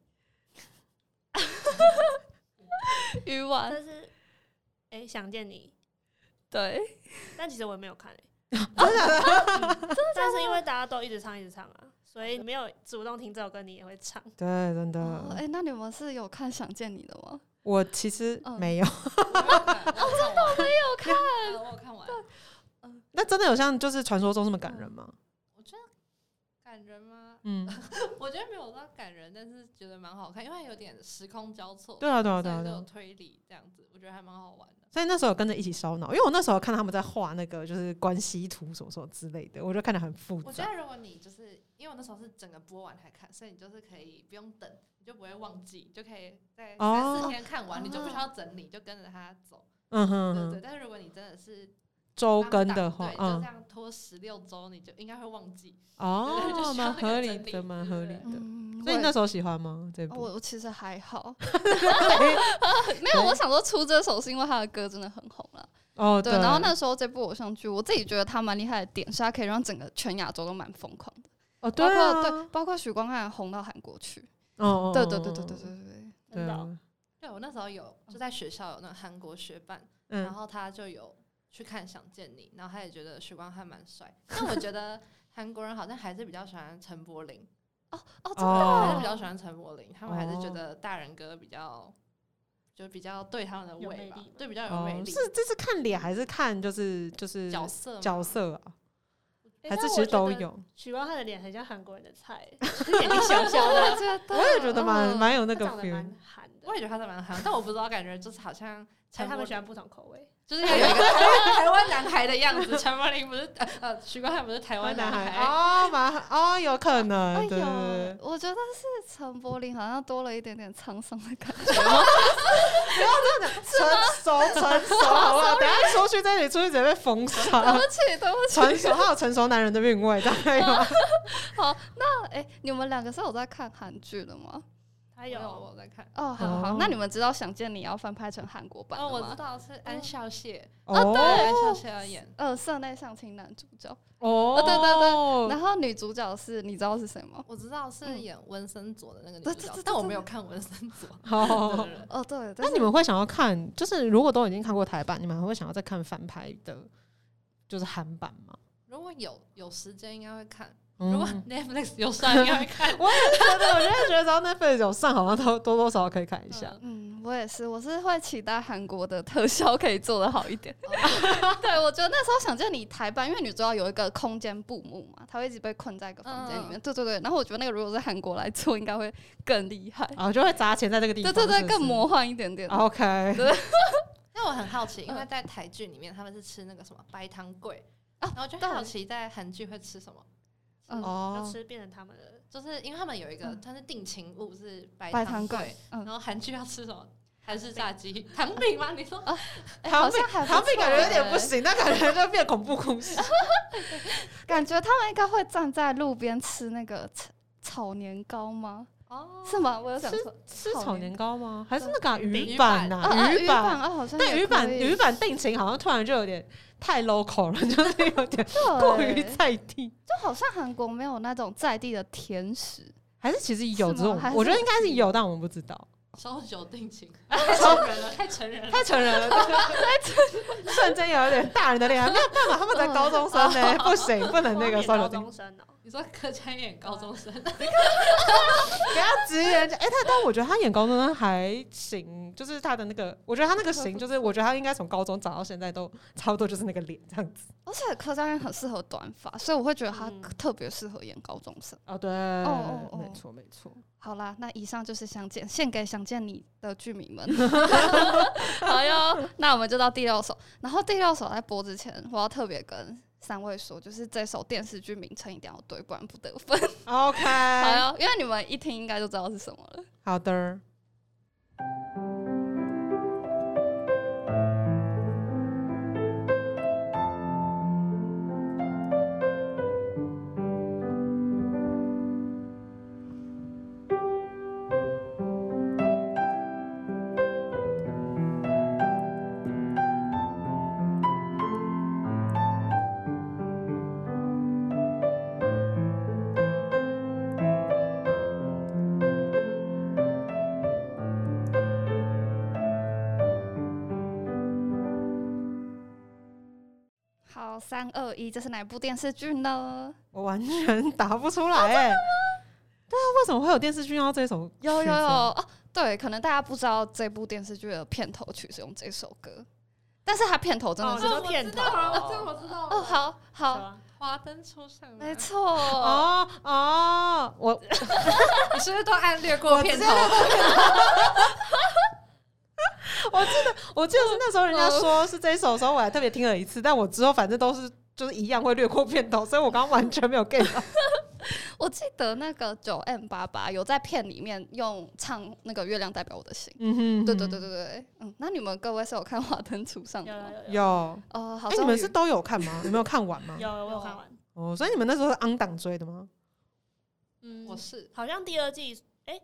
S2: 鱼丸，
S3: 但是，哎、想见你，
S2: 对，
S3: 但其实我也没有
S1: [LAUGHS]
S3: 看、欸， [LAUGHS] 但是因为大家都一直唱一直唱啊，所以没有主动听这首歌，你也会唱。
S1: 对，啊真的，
S2: 哦哎、那你们是有看《想见你》的吗？
S1: 我其实
S2: 嗯
S1: 没有。
S4: [LAUGHS] 我真的没有看完，呃我有看完，
S1: 那真的有像就是传说中这么
S4: 嗯
S1: 感人吗？
S4: 我觉得感人吗？
S1: 嗯，
S4: 我觉得没有到感人，但是觉得蛮好看，因为它有点时空交错，
S1: 对啊，对啊，对
S4: 所
S1: 啊，
S4: 以就
S1: 对啊
S4: 有。推理这样子，我觉得还蛮好玩的。
S1: 所以那时候有跟着一起烧脑，因为我那时候看他们在画那个就是关系图什么什么之类的，我就看得很复
S4: 我觉
S1: 杂。
S4: 得如果你就是因为我那时候是整个播完才看，所以你就是可以不用等，你就不会忘记，就可以在三
S1: 哦
S4: 四天看完，你就不需要整理，就跟着它走。
S1: 嗯
S4: 对
S1: 哼
S4: 对
S1: 哼，
S4: 但是如果你真的是
S1: 周
S4: 搭
S1: 更
S4: 档
S1: 的话
S4: 对，，就
S1: 嗯
S4: 这，样拖十六周，你就应该会忘记。对 [LAUGHS] 就需
S1: 哦，
S4: 要
S1: 蛮
S4: 那个
S1: 合理
S4: 整理
S1: 的，蛮
S4: 对
S1: 合
S4: 对
S1: 理
S4: 对
S1: 的。
S2: 嗯，
S1: 所以
S2: 我
S1: 你那时候喜欢吗？这
S2: 哦
S1: 部
S2: 我我其实
S1: [LAUGHS]
S2: 还好， [LAUGHS] 没有，我想说出这首是因为他的歌真的很红了。
S1: 哦，
S2: 对，然后那时候这部偶像剧，我自己觉得他蛮厉害的点是，他可以让整个全亚洲都蛮疯狂的，
S1: 哦，对
S2: 包括、
S1: 啊，
S2: 对，包括许光汉红到韩国去。
S1: 哦，
S2: 对对对对
S1: 哦
S2: 对对，对对。
S1: 对
S3: 真的
S1: 啊
S3: 哦，
S4: 对我那时候有就在学校有那个韩国学伴，然
S1: 嗯，
S4: 后哦他就有去看《想见你》，然后他也觉得许光汉蛮帅，但我觉得韩国人好像还是比较喜欢陈柏霖，
S2: 哦哦，真的
S4: 还
S1: 哦
S4: 是比较喜欢陈柏霖，他们还是觉
S1: 哦
S4: 得大人哥比较就比较对他们的
S3: 有
S4: 胃
S3: 魅
S4: 吧
S3: 力吗，
S4: 对比较有
S1: 哦
S4: 魅力
S1: 是。这是看脸还是看就是就是
S4: 角色嘛
S1: 角，色啊？
S4: 诶
S1: 还
S4: 但
S1: 是其
S4: 我
S1: 实
S4: 觉
S1: 都
S4: 得
S1: 有？
S3: 许光汉的脸很像韩国人的菜，欸 [LAUGHS] 就是眼睛小小的，
S1: 哦我也觉得
S2: 嗯
S1: 蛮蛮有那
S3: 他
S1: 个
S3: 长得
S1: feel
S3: 蛮。韩的
S4: 我，也觉得他是蛮好，但我不知道，感觉就是好像
S3: 还
S4: 陈
S3: 是他
S4: 柏
S3: 们喜
S4: 霖
S3: 欢不同口味。
S4: 就是要有一个台湾台湾男孩的样子。陈柏霖不是呃呃，许光汉不是台湾男孩，
S1: 哦，蛮哦，有可
S2: 哎
S1: 能，对对对
S2: 呦，，我觉得是陈柏霖好像多了一点点沧桑
S1: [LAUGHS]
S2: 的感觉。
S1: 成
S2: [LAUGHS]
S1: 熟成熟，好不好？等一下出去这里出去直接被封
S2: [LAUGHS] 对
S1: 杀
S2: 不。起，哦对不起。
S1: 成熟，还有成熟男人的韵味，大概吗？
S2: 好，那哎、你们两个是有在看韩剧的吗？
S3: 他
S4: 还有
S3: 有
S4: 我在看。
S2: 哦，好好，
S1: 哦
S2: 那你们知道《想见你》要翻拍成韩国版
S4: 哦，
S2: 的
S4: 我知
S2: 吗？
S4: 道是安孝燮，
S1: 哦
S4: 安孝燮要演，
S2: 呃，社内相亲男主角，
S1: 哦
S2: 对对
S1: 对，
S2: 然后女主角是你知道是谁吗？
S4: 我知道是
S2: 嗯
S4: 演温森佐的那个女
S2: 对
S4: 主
S2: 对
S4: 角
S2: 对，对
S4: 但我
S2: 对
S4: 没有看温森佐。 [LAUGHS]
S1: 好。
S2: 哦，对，但
S1: 那
S2: 是
S1: 你们会想要看，就是如果都已经看过台版，你们还会想要再看翻拍的，就是韩版吗？
S4: 如果有有时间应该会看，
S1: 嗯
S4: 如果 [LAUGHS] Netflix 有上应该会看。
S1: [LAUGHS] 我也觉得，我现在觉得只要那 e t 有上，好像都多多少少可以看一下。
S2: 嗯，我也是，我是会期待韩国的特效可以做得好一点。
S1: 哦
S2: [LAUGHS] 对，我觉得那时候想见你台版，因为女主角有一个空间布幕嘛，她会一直被困在一个房间里
S1: 嗯
S2: 面。对对对，然后我觉得那个如果是韩国来做，应该会更厉害。
S1: 然后啊就会砸钱在这个地
S2: 对
S1: 方，
S2: 对对，
S1: 是不哦是
S2: 更魔幻一点点。
S1: OK，
S4: 但我很好奇，因为
S2: 嗯
S4: 在台剧里面他们是吃那个什么白糖桂，
S2: 啊
S4: 然后就
S2: 对
S4: 好奇在韩剧会吃什么，
S2: 嗯
S1: 哦
S3: 就吃变成他们的，
S4: 就是因为他们有一个
S2: 嗯
S4: 它是定情物是
S2: 白
S4: 白
S2: 糖
S4: 桂
S2: 桂，，嗯
S4: 然，后韩剧要吃什么？韩式炸鸡糖饼吗？你说
S2: 哎
S1: 糖
S2: 好
S1: 饼
S2: 像还不
S1: 糖饼
S2: 错
S1: 感觉有点
S2: 哎
S1: 不行，但感觉就变恐怖故
S2: [LAUGHS]
S1: 事。
S2: 感觉他们应该会站在路边吃那个炒炒年糕吗？
S4: 哦，
S2: 是吗？我有讲错，
S1: 吃
S2: 炒
S1: 炒
S2: 年
S1: 年糕吗？ [LAUGHS] 还是那个啊
S4: 饼
S1: 鱼板
S2: 啊啊
S1: 呐？
S2: 鱼板
S1: 板。
S2: 啊，好像
S1: 但
S2: 也
S1: 鱼板
S2: 可以
S1: 鱼板定情好像突然就有点太 local 了， [LAUGHS] 就是有点
S2: 对
S1: 过于在地。
S2: 就好像韩国没有那种在地的甜食，
S1: 还是其实有这种
S2: 是吗，
S1: 我觉得应该是有，但我们不知道。
S4: 烧酒定 [LAUGHS] 情，太成人了，太成人了。
S1: 太成人了， [LAUGHS] 瞬间有一点大人的恋爱，没有办法，他们才高中生 [LAUGHS] 呢，不行，不能那个
S3: 双
S1: 烧酒
S3: 高
S1: 精，
S3: 中生哦、
S4: 你说柯佳演高中 [LAUGHS] 生，
S1: 不要直言。哎，他但我觉得他演高中生还行，就是他的那个，我觉得他那个型，就是我觉得他应该从高中长到现在都差不多就是那个脸这样子。
S2: 而且柯佳嬿很适合短发，所以我会觉得她
S3: 嗯
S2: 特别适合演高中生。
S1: 哦，对，
S2: 哦哦
S1: 没错没错。
S2: 好啦，那以上就是想见献给想见你的剧迷 [LAUGHS] 们。好哟，那我们就到第六首。然后第六首在播之前，我要特别跟三位说，就是这首电视剧名称一定要对，不然不得分。
S1: OK，
S2: [LAUGHS] 好哟，因为你们一听应该就知道是什么了。
S1: 好的。
S2: 到三二一，这是哪部电视剧呢？
S1: 我完全答不出来哎、对啊，为什么会有电视剧用到这首？
S2: 有有有，哦，对，可能大家不知道这部电视剧的片头曲是用这首歌，但是它片头真的
S3: 哦
S2: 是
S3: 这
S4: 哦
S3: 个
S4: 我
S3: 片
S4: 知
S3: 头
S4: 道了这个我知道
S2: 哦，
S4: 了，
S2: 好
S3: 是
S2: 好，
S3: 吧
S4: 华灯初上，啊
S2: 没，错，
S1: 哦哦，我
S4: 你是不是都暗略过片头？
S1: 我记得是那时候人家说是这一首的时候，我还特别听了一次，但我之后反正都是就是一样会略过片头，所以我刚刚完全没有 get 到。
S2: 我记得那个九 M 八八有在片里面用唱那个月亮代表我的心。
S1: 嗯哼
S2: 对对对，对对，嗯，那你们各位是有看《华灯初上》
S3: 有
S2: 的吗？
S3: 有有
S1: 有。
S2: 哦，好
S1: 哎、
S2: 像
S1: 你们
S2: 有
S1: 是都有看吗？有没有看完
S2: [LAUGHS]
S1: 吗？
S3: 有，我有看完。
S1: 哦，所以你们那时候是昂档追的吗？
S3: 嗯，
S4: 我是
S3: 好像第二季，哎，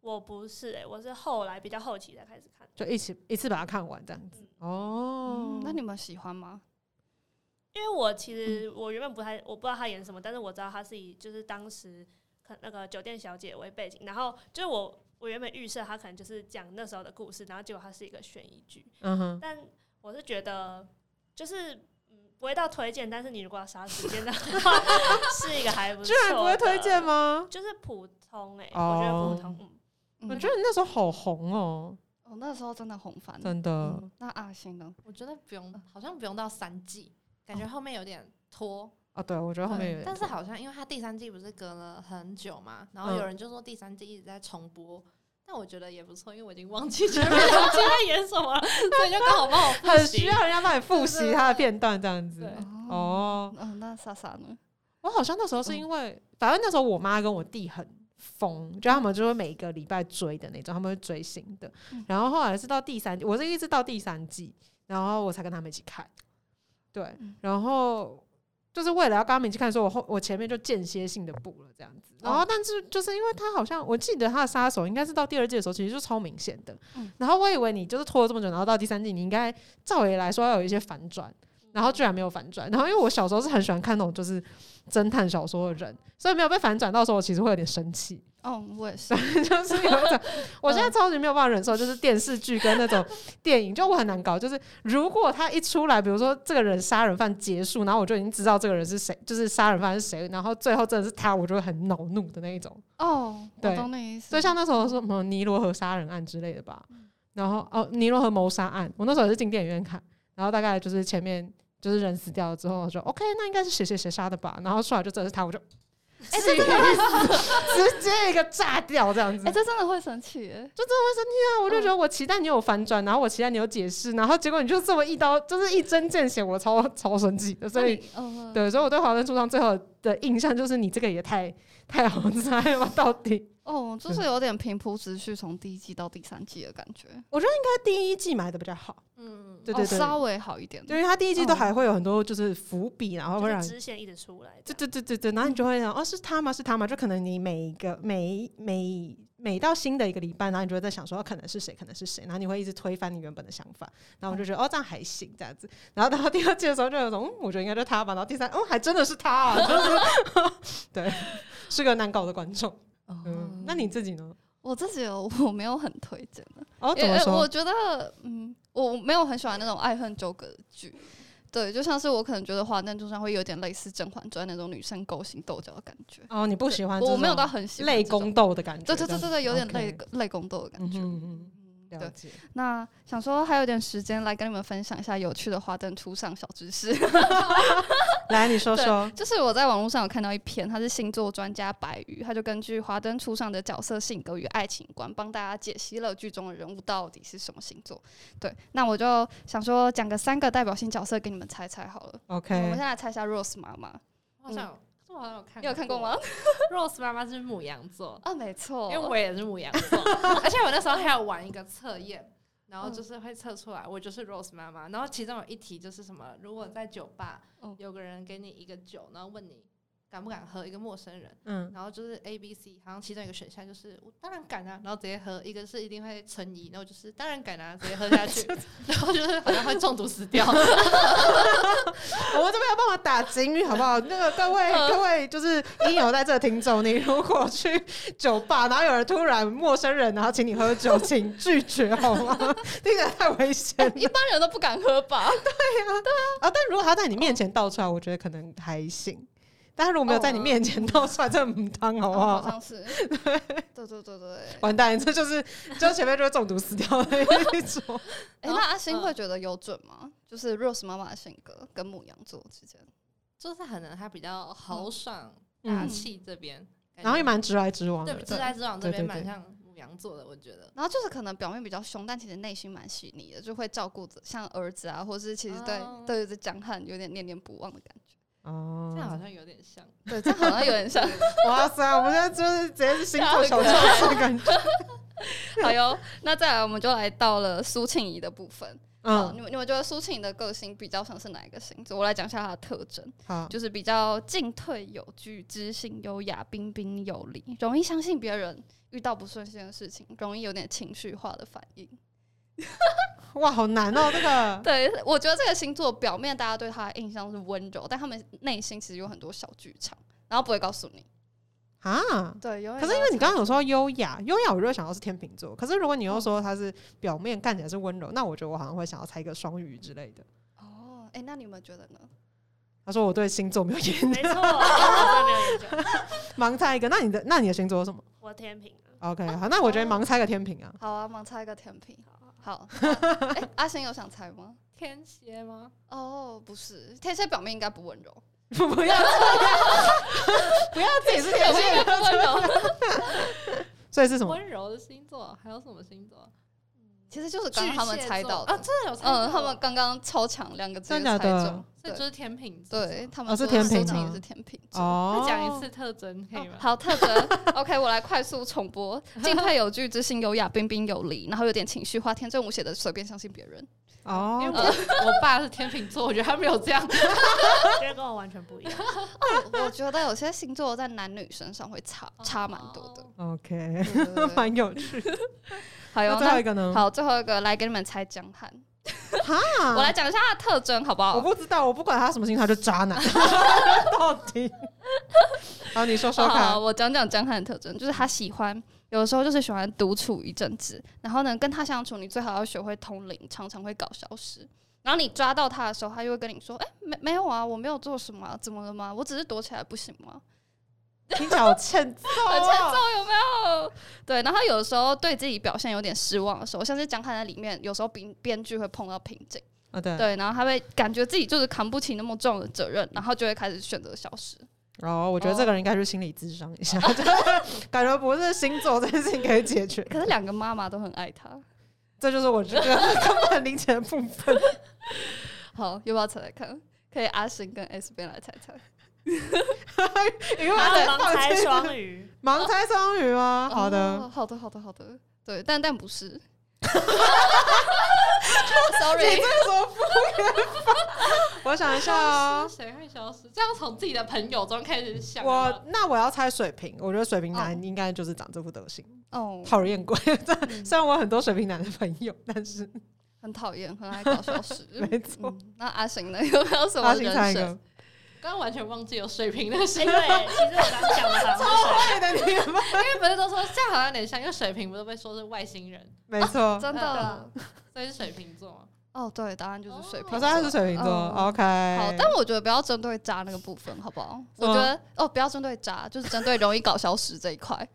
S3: 我不是哎，我是后来比较后期才开始看。
S1: 就一起一次把它看完这样子。哦
S2: 嗯，那你们喜欢吗？
S3: 因为我
S1: 嗯
S3: 其实我原本不太我不知道他演什么，但是我知道他是以就是当时可那个酒店小姐为背景，然后就是我我原本预设他可能就是讲那时候的故事，然后结果他是一个悬疑剧，
S1: 嗯哼，
S3: 但我是觉得就是嗯不会到推荐，但是你如果要杀时间的话， [LAUGHS] 是一个还不错，
S1: 居然不会推荐？吗？
S3: 就是普通哎、
S1: 哦
S3: 我觉得普通，嗯， [LAUGHS]
S1: 我
S2: 嗯
S1: 觉得你那时候好红哦，
S2: 我那时候真的红翻了。
S1: 真的。
S2: 嗯那阿星呢？
S4: 我觉得不用，好像不用到三季，感觉后面有点拖。
S1: 啊，对，我觉得后面有点
S4: 对但是好像因为它第三季不是隔了很久嘛，然
S1: 嗯
S4: 后有人就说第三季一直在重播，但我觉得也不错，因为我已经忘记 [LAUGHS]
S1: [LAUGHS]
S4: 前面两季在演什么了，所以就刚好帮我复
S1: 很
S4: 习
S1: 需要人家帮你复习他的片段这样子
S4: 对。
S2: 嗯
S1: 哦，
S2: 哦，那莎莎
S1: [LAUGHS]
S2: 呢？
S1: 我好像那时候
S2: 嗯
S1: 是因为，反正那时候我妈跟我弟很疯，就他们就会每个礼拜追的那种，他们会追新的
S2: 嗯。
S1: 然后后来是到第三季，我是一直到第三季，然后我才跟他们一起看。对
S2: 嗯，
S1: 然后就是为了要跟他们一起看，所以我后我前面就间歇性的补了这样子。
S2: 哦
S1: 然后，但是就是因为他好像，我记得他的杀手应该是到第二季的时候，其实就超明显的
S2: 嗯。
S1: 然后我以为你就是拖了这么久，然后到第三季，你应该照理来说要有一些反转。然后
S2: 嗯
S1: 居然没有反转，然后因为我小时候是很喜欢看那种就是侦探小说的人，所以没有被反转到的时候，我其实会有点生气，
S2: 哦，我也是。
S1: 就是有一种我现在超级没有办法忍受，就是电视剧跟那种电影，就我很难搞。就是如果他一出来，比如说这个人杀人犯结束，然后我就已经知道这个人是谁，就是杀人犯是谁，然后最后真的是他，我就会很恼怒的那一种。
S2: 哦，我
S1: 对
S2: 懂你意思。
S1: 所以像那时候说什么尼罗河杀人案之类的吧，然后哦尼罗河谋杀案，我那时候也是进电影院看，然后大概就是前面就是人死掉了之后，我说 OK 那应该是谁谁谁杀的吧，然后出来就真的是他，我就
S2: 哎，这真的会，
S1: [LAUGHS] 直接一个炸掉这样子，
S2: 哎，这真的会生气耶。
S1: 啊那我就觉得我期待你有反转，然后我期待你有解释，然后结果你就这么一刀就是一针见血，我超超生气的，所以
S2: 那你，嗯，
S1: 对，所以我对华灯初上最后的印象就是你这个也太太好猜了吧，到底。
S2: 哦，
S1: 嗯
S2: 就是有点平铺直叙，从第一季到第三季的感觉，
S1: 他第一季买的比较好，
S4: 嗯，
S1: 对
S2: 哦嗯
S1: 对对，
S2: 稍微好一点。
S1: 对，因为他第一季都还会有很多就是伏笔，哦然后
S3: 就
S1: 会
S3: 是
S1: 让
S3: 支线一直出来这
S1: 对
S3: 样，
S1: 对对对对，然后
S2: 嗯
S1: 你就会想，哦，是他吗？是他吗？就可能你每一个每每每到新的一个礼拜，然后你就会在想说，哦可能是谁，可能是谁，然后你会一直推翻你原本的想法，然后我就觉得，哦，这样还行，这样子。然后到第二季的时候，就有种，嗯，我觉得应该就是他吧。然后第三，哦，还真的是他、啊，就是 [LAUGHS] 对，是个难搞的观众。嗯，那你自己呢？
S2: 我自己有 [LAUGHS] 我没有很推荐的，
S1: 哦，怎
S2: 因
S1: 么
S2: 为呃我
S1: 说？
S2: 觉得，嗯，我没有很喜欢那种爱恨纠葛的剧。对，就像是我可能觉得《华灯初上》会有点类似《甄嬛传》那种女生勾心斗角的感觉。
S1: 哦，你不喜欢这
S2: 我没有
S1: 种
S2: 到很喜欢
S1: 类
S2: 这种
S1: 宫斗的感觉？
S2: 对对对对对，有点
S1: 类
S2: 类类宫斗的感
S1: 嗯
S2: 觉。
S1: 哼嗯哼，了
S2: 对
S1: 解。
S2: 那想说还有点时间来跟你们分享一下有趣的花灯初上小知识，
S1: 来，你说说。
S2: 就是我在网络上有看到一篇，他是星座专家白宇，他就根据花灯初上的角色性格与爱情观，帮大家解析了剧中的人物到底是什么星座。对，那我就想说讲个三个代表性角色给你们猜猜好了。我们
S1: OK，
S2: 先来猜一下 Rose 妈妈，
S4: 我好
S1: 嗯
S4: 像有，这我好像有看，
S2: 你有看过吗？？
S4: Rose 妈妈是母羊座，
S1: [LAUGHS]
S2: 啊，没错，
S1: 哦
S4: 因为我也是母羊座，而且我那时候还有玩一个测验，然后
S1: 嗯
S4: 就是会测出来我就是 Rose 妈妈，然后其中有一题就是什么，如果在酒吧
S1: 哦
S2: 嗯
S4: 有个人给你一个酒，然后问你敢不敢喝一个陌生人，
S1: 嗯，
S4: 然后就是 A、B、C，好像其中一个选项就是我当然敢啊，然后直接喝；一个是一定会存疑，然后就是当然敢啊，直接喝下去，然后就是好像会中毒死掉。
S1: 我们这边要帮我打警语好不好？那个各 [LAUGHS] 位各位，就是一有在这听众，你如果去酒吧，然后有人突然陌生人，然后请你喝酒，请拒绝好 [LAUGHS] 吗？听起来太危险了
S2: 一般人都不敢喝吧？
S1: 啊！但如果他在你面前倒出来，我觉得可能还行。但他如果没有在你面前倒出来，这很汤好不 [LAUGHS]
S2: 哦好
S1: 好？
S2: 像
S4: [LAUGHS]
S2: 是，对对对对。
S1: 完蛋，这就是就前面就会中毒死掉的那一 [LAUGHS] 种。
S2: 哎、那阿星会觉得有准吗？就是 Rose 妈妈的性格跟母羊座之间，
S4: 就是可能他比较豪爽、大
S1: 嗯，
S4: 气这边，感觉
S1: 然后也蛮直来直往
S4: 对
S1: 的，
S4: 直来直往这边
S1: 对对
S4: 蛮
S1: 对
S4: 像母羊座的，我觉得。
S2: 然后就是可能表面比较凶，但其实内心蛮细腻的，就会照顾着像儿子啊，或是其实对、
S4: 哦
S2: 对着江汉有点念念不忘的感觉。
S1: 哦
S4: 这样好像有点像，
S2: 对，这样好像有点像。
S1: 哇塞，我们现在就是直接是星座小教室的感觉。
S2: [LAUGHS] 好哟，那再来我们就来到了苏庆怡的部分。嗯，
S1: 嗯，
S2: 你们你们觉得苏庆怡的个性比较像是哪一个星座？我来讲一下她的特征。
S1: 好，
S2: 就是比较进退有据、知性优雅、彬彬有礼，容易相信别人。遇到不顺心的事情，容易有点情绪化的反应。
S1: 哇，好难哦，这个。
S2: 对，我觉得这个星座表面大家对他的印象是温柔，但他们内心其实有很多小剧场，然后不会告诉你。
S1: 啊。
S2: 对，
S1: 可是因为你刚刚有说优雅，优雅我就会想到是天秤座。可是如果你又
S4: 嗯
S1: 说他是表面看起来是温柔，那我觉得我好像会想要猜一个双鱼之类的。
S2: 哦，哎、那你们觉得呢？
S1: 他说我对星座没有研究，
S3: 没错，我真的没有研究。
S1: [LAUGHS] 盲猜一个。那你的那你的星座是什么
S3: 我天平啊，
S1: ？OK，好，那我觉得盲猜个天秤啊。 [LAUGHS]
S2: 好啊，盲猜一个甜品。
S3: 好啊
S2: 好，那哎、阿星有想猜吗？
S4: 天蝎吗？
S2: 哦，不是，天蝎表面应该不温柔，
S1: 不要， [LAUGHS] 不要自己是天
S2: 面应
S1: 蝎，
S2: 该不温柔。
S1: 所以是什么？
S4: 温柔的星座，还有什么星座？
S2: 其实就是刚刚他们
S4: 巨蟹座
S2: 猜到的
S4: 啊，真的有猜到
S2: 嗯，他们刚刚超强两个字
S1: 真的
S2: 猜
S1: 假的
S2: 中，
S4: 所以就
S2: 对
S4: 是天秤座。
S2: 对，他
S1: 哦
S2: 们
S1: 是
S2: 说
S1: 天
S2: 苏
S1: 秤
S2: 晴
S1: 吗
S2: 也是天秤座。
S1: 哦
S4: 再，讲一次特征可以吗？
S2: 哦好，特征 [LAUGHS] OK，我来快速重播：
S1: [LAUGHS]
S2: 敬佩有据，知性优雅，彬彬有礼，然后有点情绪化，天真无邪的随便相信别人。
S4: 因为我
S1: 哦，
S4: 我爸是天秤座，我觉得他没有这 [LAUGHS] 样。
S3: 觉得跟我完全不一样。
S2: [LAUGHS] 我觉得有些星座在男女身上会差差蛮多的。
S4: 哦。
S1: OK，
S2: 对对
S1: [LAUGHS]
S2: 对
S1: 蛮有趣的。
S4: 哎
S2: 好
S1: 那
S2: 哟，
S1: 最后一
S2: 那
S1: 个呢？
S2: 好，最后一个来给你们猜江汉，
S1: 哈，
S2: [LAUGHS] 我来讲一下他的特征好不
S1: 我
S2: 好？
S1: 不知道，我不管他什么星座，他就渣男， [LAUGHS] 到底。 [LAUGHS] 好，你说说
S2: 好，
S1: 看。
S2: 我讲讲江汉的特征，就是他喜欢，有的时候就是喜欢独处一阵子，然后呢，跟他相处，你最好要学会通灵，常常会搞消失。然后你抓到他的时候，他就会跟你说：“哎、没没有啊，我没有做什么啊、怎么了吗？我只是躲起来，不行吗
S1: 听起来好欠揍、哦，
S2: 很欠揍，有没有？”对，然后有的时候对自己表现有点失望的时候，像是江汉在里面，有时候编编剧会碰到瓶颈，
S1: 啊！对，
S2: 对，然后他会感觉自己就是扛不起那么重的责任，然后就会开始选择消失。
S1: 然后我觉得这个人应该去心理咨商一下，就是
S2: 哦
S1: [LAUGHS] 感觉不是星座这件事情可以解决。
S2: 可是两个妈妈都很爱他。
S1: 这就是我这个根本理解的部分。 [LAUGHS]
S2: 好，要不要猜猜看？可以阿星跟 S 边来猜猜。
S1: 因为他
S3: 然后
S1: 在
S3: 盲
S1: 放
S3: 猜
S1: 弃
S3: 双鱼，
S1: 盲猜双鱼吗？好的
S2: 哦，好的，好的，好的。对，但但不是。Sorry，
S1: [LAUGHS] 我想一下
S2: [LAUGHS]
S1: 哦。
S4: 谁会消失？这样从自己的朋友中开始想。啊
S1: 我那我要猜水瓶，我觉得水瓶男应该就是长这副德行，
S2: 哦，
S1: 讨人厌鬼。 [LAUGHS]
S2: 嗯
S1: 虽然我有很多水瓶男的朋友， [LAUGHS] 但是
S2: 很讨厌，很爱搞消失。
S1: [LAUGHS] 没错
S2: 嗯那阿星呢？有没有什么
S1: 阿星猜
S2: 人
S1: 一
S2: 生
S1: 个？。
S4: 刚刚完全忘记有水瓶的
S3: 哎、[LAUGHS]
S4: 星，
S3: 对，其实我刚讲的好像是水
S1: 对 [LAUGHS] 的，你们
S4: 因为不是都说这样好像有点像，因为水瓶不是被说是外星人，
S1: 没错。
S2: 啊真的？
S4: 所以是水瓶座 [LAUGHS] 吗。
S2: 哦，对，答案就是水瓶
S1: 我
S2: 座。
S1: 说他是水瓶座
S2: 嗯
S1: ，OK。
S2: 好，但我觉得不要针对渣那个部分，好不好？
S1: 是吗
S2: 我觉得哦，不要针对渣，就是针对容易搞消失这一块。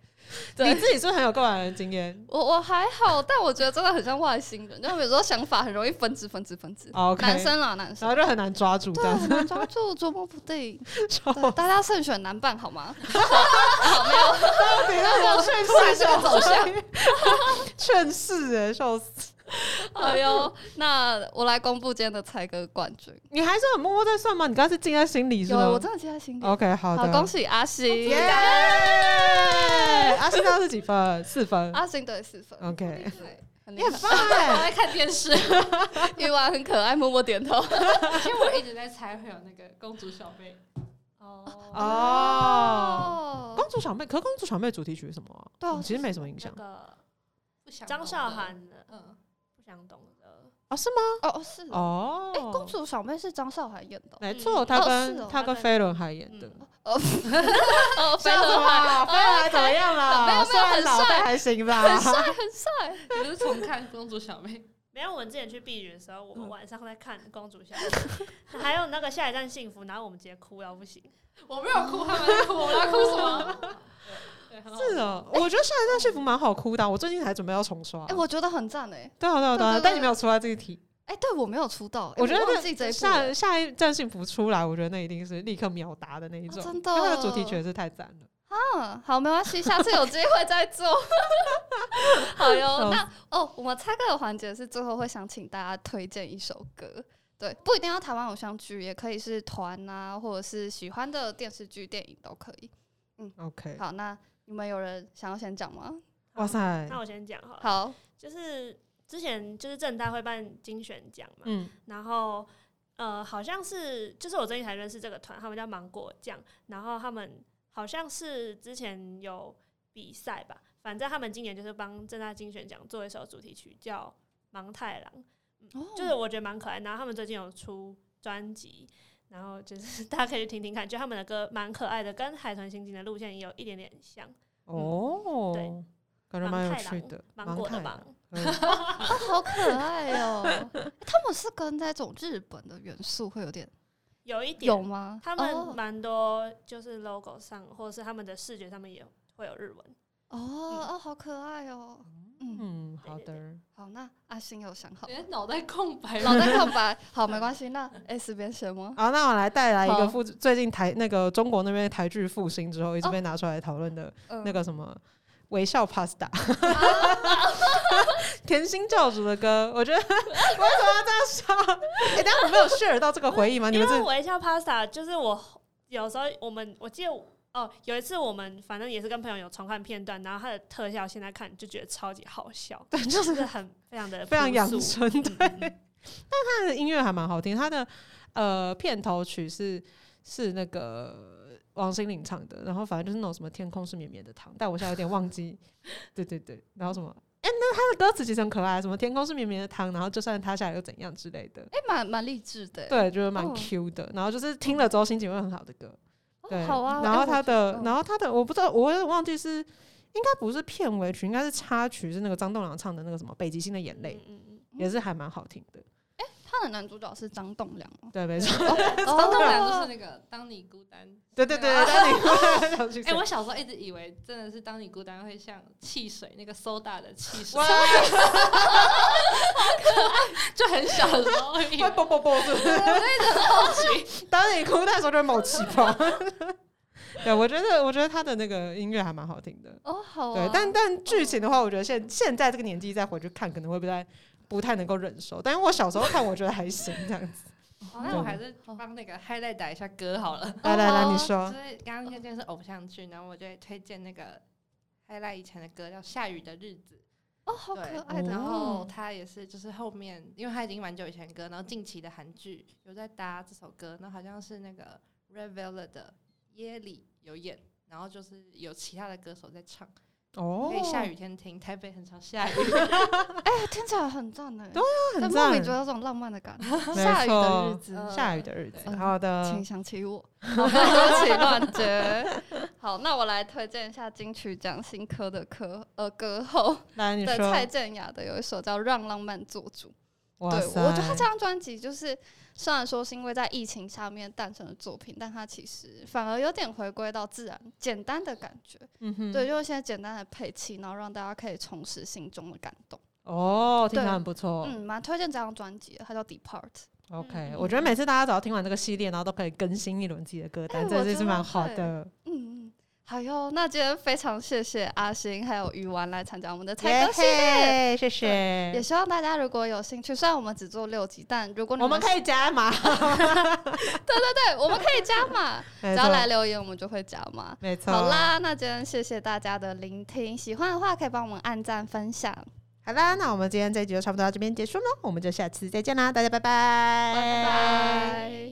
S2: 对
S1: 你自己是不是很有个人的经验
S2: 我我还好，但我觉得真的很像外星人，就有时候想法很容易分支、分支、分支。
S1: 哦？OK，
S2: 男生啦，男
S1: 然
S2: 生嗯
S1: 后就很难抓住这
S2: 对
S1: 样 [LAUGHS]
S2: 很难抓住，捉摸不定。
S1: 超
S2: 对，大家慎选男伴好吗？好，没有，
S1: [LAUGHS] 到底要不要劝
S2: 啊突然
S1: 世
S2: 这个走向？
S1: [LAUGHS] 劝世哎，笑死！
S2: [LAUGHS] 哎呦，那我来公布今天的猜歌冠军。
S1: 你还是很默默在算吗？你刚才是静在心里是
S2: 有，
S1: 吗？
S2: 我真的记哦在心里。
S1: OK，好
S2: 好，
S1: 的，
S2: 恭喜阿星
S1: 耶！，阿星刚是几分？四分。
S2: 阿星得啊四分。
S1: OK，
S2: 对，很
S1: 你
S2: 厉
S1: 很
S2: [LAUGHS] 害。
S1: 棒
S4: 我
S1: 哎，
S4: 在看电视，
S2: 玉娃很可爱，默默点头。
S4: 其实我一直在猜会有那个公主小妹。
S3: 瓶。哦，
S1: [LAUGHS] 哦，
S2: 哦，
S1: 公主小妹，可是公主小妹主题曲是什么啊？
S2: 对啊
S1: 嗯其实没什么影
S3: 那
S1: 响
S3: 个
S4: 不想
S3: 张
S4: 懂
S3: 韶
S4: 的，
S3: 涵的
S4: 嗯，
S3: 不想懂的，
S1: 啊？是吗？
S2: 哦是哦，
S1: 哦，
S2: 哎，公主小妹是张韶涵演的哦，
S1: 没错，她
S2: 哦
S1: 跟
S2: 是哦嗯
S1: 她跟
S3: 她跟
S1: 飞轮海演
S3: 嗯
S1: 的。哦
S2: [LAUGHS] 哦，
S1: 笑什么？飞轮啊海怎么样
S2: 没有没
S1: 了？
S2: 有
S1: 虽然
S2: 很
S1: 脑袋
S2: 帅
S1: 还行
S2: 很
S1: 吧。
S2: 帅很帅，
S4: 你是重看《公主小妹》
S3: 没有，我们之前去避雨的时候，我们晚上在看《公主小妹》，还有那个《下一站幸福》，然后我们直接哭到不行。
S4: 我没有哭，他们在哭，我要哭什 [LAUGHS] 么？对很好
S1: 是哦，我觉得《下一站幸福》蛮好哭的啊，我最近才准备要重刷。
S2: 哎，我觉得很赞哎，
S1: 对啊对啊对
S2: 对
S1: 啊
S2: 对，
S1: 但你
S2: 对
S1: 没有出来这一题。
S2: 哎，对我没有出道，哎
S1: 我觉得
S2: 忘记这
S1: 那
S2: 一部
S1: 下
S2: 了
S1: 下一站幸福出来，我觉得那一定是立刻秒答的那一
S2: 哦
S1: 种。
S2: 真的
S1: 因为它的主题曲也是太赞了。
S2: 嗯，好，没关系，下次有机会再做。 [LAUGHS] 好
S1: 笑
S2: 哟，那哦，我们猜歌的环节是最后会想请大家推荐一首歌，对，不一定要台湾偶像剧，也可以是团啊，或者是喜欢的电视剧、电影都可以。
S1: OK，
S2: 好，那你们有人想要先讲吗？
S1: 哇塞，
S3: 那我先讲好了，
S2: 好，
S3: 就是之前就是正大会办精选奖嘛，
S1: 嗯，
S3: 然后呃，好像是就是我最近才认识这个团，他们叫芒果酱，然后他们好像是之前有比赛吧，反正他们今年就是帮正大精选奖做一首主题曲叫《盲太郎》，
S2: 哦
S3: 嗯就是我觉得蛮可爱。然后他们最近有出专辑，然后就是 [LAUGHS] 大家可以去听听看，就他们的歌蛮可爱的，跟海豚刑警的路线也有一点点像，
S2: 嗯
S1: 哦，
S3: 对，
S1: 感觉蛮有
S3: 芒太
S1: 趣
S3: 郎
S1: 的，
S3: 芒果的
S1: 太
S3: 芒
S1: 郎。。嗯
S2: 啊，好可爱
S3: [LAUGHS]
S2: 哦、欸他们是跟那种日本的元素会有点
S3: 有一点
S2: 有吗？
S3: 他们
S2: 哦
S3: 蛮多就是 logo 上，或者是他们的视觉上面也会有日文。
S2: 哦
S3: 嗯
S2: 哦，好可爱哦、嗯，
S1: 嗯，好
S3: 对
S1: 的。
S2: 好，那阿星有想好
S4: 你，的脑袋空白
S2: 脑袋空白，好，没关
S1: [LAUGHS]
S2: 系。那哎 S 边什么？
S1: 好，那我来带来一个
S2: 好
S1: 复最近台那个中国那边台剧复兴之后一直被拿出来讨论的
S2: 哦嗯
S1: 那个什么微笑
S2: [LAUGHS]
S1: pasta，甜心教主的歌，我觉得 [LAUGHS] 为什么要
S2: [LAUGHS]
S1: 这样笑？哎，等一下我没有 share 到这个回忆啊吗？你
S3: 因
S1: 们这
S3: 为微笑 pasta 就是我有时候我们我记得我哦有一次我们反正也是跟朋友有重看片段，然后它的特效现在看就觉得超级好笑，
S1: 对就
S3: 就是是很非常的
S1: 非常
S3: 朴
S1: 阳
S3: 素
S1: 春
S3: 嗯嗯嗯
S1: 他的音乐还蛮好听，他的呃片头曲是是那个王心凌唱的，然后反正就是那种什么天空是绵绵的糖，但我现在有点忘记， [LAUGHS] 对对对，然后什么。哎、那他的歌词其实很可爱，什么天空是绵绵的糖，然后就算塌下来又怎样之类的，
S2: 哎，蛮蛮励志的欸。
S1: 对，就是蛮
S2: 哦
S1: Q 的。然后就是听了之后心情会很好的歌，
S2: 哦
S1: 对。
S2: 好啊。
S1: 然
S2: 哎
S1: 后
S2: 我
S1: 他
S2: 觉得
S1: 的，
S2: 嗯
S1: 然后他的，我不知道，我有点忘记是，应该不是片尾曲，应该是插曲，是那个张栋梁唱的那个什么《北极星的眼泪》
S3: 嗯嗯嗯
S1: 也是还蛮好听的。
S2: 他的男主角是张栋梁
S1: [LAUGHS]
S4: 嗯
S2: 吗？
S1: 对，没错。
S4: 张栋梁就是
S2: 哦，
S4: 那个《当你孤单》。
S1: 对 [LAUGHS] 对对，
S4: 啊
S1: 当你想去
S4: [LAUGHS] 哎、
S1: 谁
S4: 我小时候一直以为真的是当你孤单会像汽水那个 soda 的汽
S2: [LAUGHS]
S4: 水
S1: 哇，，
S4: [LAUGHS] 就很小的时候以 [LAUGHS]
S1: 会
S4: 为
S1: 啵啵啵，是不是？
S4: 好奇。 [LAUGHS]
S1: 当你哭的时候就会冒气
S2: [LAUGHS]
S1: 泡。对，我觉得，我觉得他的那个音乐还蛮好听的。
S2: 哦，好啊。
S1: 对，但但剧情的话，我觉得现现在这个年纪再回去看，可能会不太不太能够忍受。但是我小时候看，我觉得还行这样子。
S2: 啊
S4: 哦那我还是帮那个 highlight 打一下歌好啊了。
S1: 嗯来来
S2: 哦啊
S1: 来，你
S4: 就
S1: 说。
S4: 是刚刚推荐是偶像剧，然后我就会推荐那个 highlight 以前的歌叫《下雨的日子》。
S2: 哦，好可
S4: 对
S2: 爱的
S1: 哦
S4: 然后
S2: 哦。
S4: 他也是，就是后面，因为他已经蛮久以前的歌，然后近期的韩剧有在搭这首歌，那好像是那个 Red Velvet 的耶里有演，然后就是有其他的歌手在唱，
S1: 哦
S4: 可以下雨天听，台北很常下雨，
S2: 哎，听起来很赞呢。
S1: 对那很
S2: 但莫
S1: 赞
S2: 名。觉得有种浪漫的感觉。
S1: 没
S2: 下雨的日
S1: 错嗯
S2: 子，嗯
S1: 下雨的日子，
S4: 对
S1: 好的
S2: 请。想
S1: [LAUGHS]
S2: 起我。好，对不起，乱觉。 [LAUGHS] 好，那我来推荐一下金曲奖新科的歌，呃，歌后
S1: 来，你
S2: 对蔡
S1: 说。
S2: 健雅的有一首叫《让浪漫做主》。
S1: 哇
S2: 对，
S1: 塞，
S2: 我觉得他这张专辑就是，虽然说是因为在疫情下面诞生的作品，但它其实反而有点回归到自然、简单的感觉。
S1: 嗯哼，
S2: 对，就是现在简单的配器，然后让大家可以重拾心中的感动。
S1: 哦，听起来
S2: 对
S1: 很不错。
S2: 嗯，蛮推荐这张专辑的，它叫《Depart》。
S1: OK，
S3: 嗯
S1: 我觉得每次大家只要听完这个系列，然后都可以更新一轮自己的歌单，
S2: 哎
S1: 这
S2: 我
S1: 真
S2: 觉
S1: 是
S2: 得
S1: 蛮好
S2: 会
S1: 的。
S2: 嗯嗯，好哟。那今天非常谢谢阿星还有鱼丸来参加我们的猜
S1: 耶
S2: 歌系列。
S1: 嘿谢谢
S2: 也。希望大家如果有兴趣，虽然我们只做六集，但如果你
S1: 我们可以加码，
S2: 对，我们可以加码，
S1: 只
S2: 只要来，留言我们就会加码。
S1: 没错。
S2: 好，啦，那今天谢谢大家的聆听，喜欢的话可以帮我们按赞分享，
S1: 好啦，那我们今天这一集就差不多到这边结束喽，我们就下次再见啦，大家拜拜，
S2: 拜拜。